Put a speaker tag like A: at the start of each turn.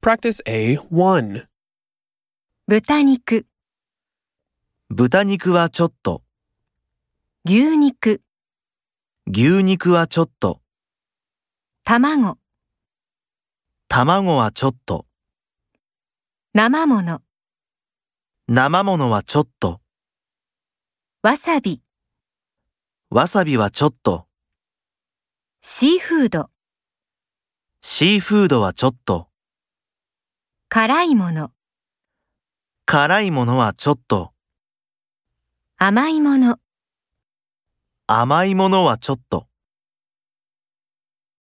A: Practice A1.
B: 豚肉、
C: 豚肉はちょっと、
B: 牛肉、
C: 牛肉はちょっと、
B: 卵、
C: 卵はちょっと、
B: 生もの、
C: 生ものはちょっと、
B: わさび、
C: わさびはちょっと、
B: シーフード、
C: シーフードはちょっと、
B: 辛いもの、
C: 辛いものはちょっと、
B: 甘いもの。
C: 甘いものはちょっと。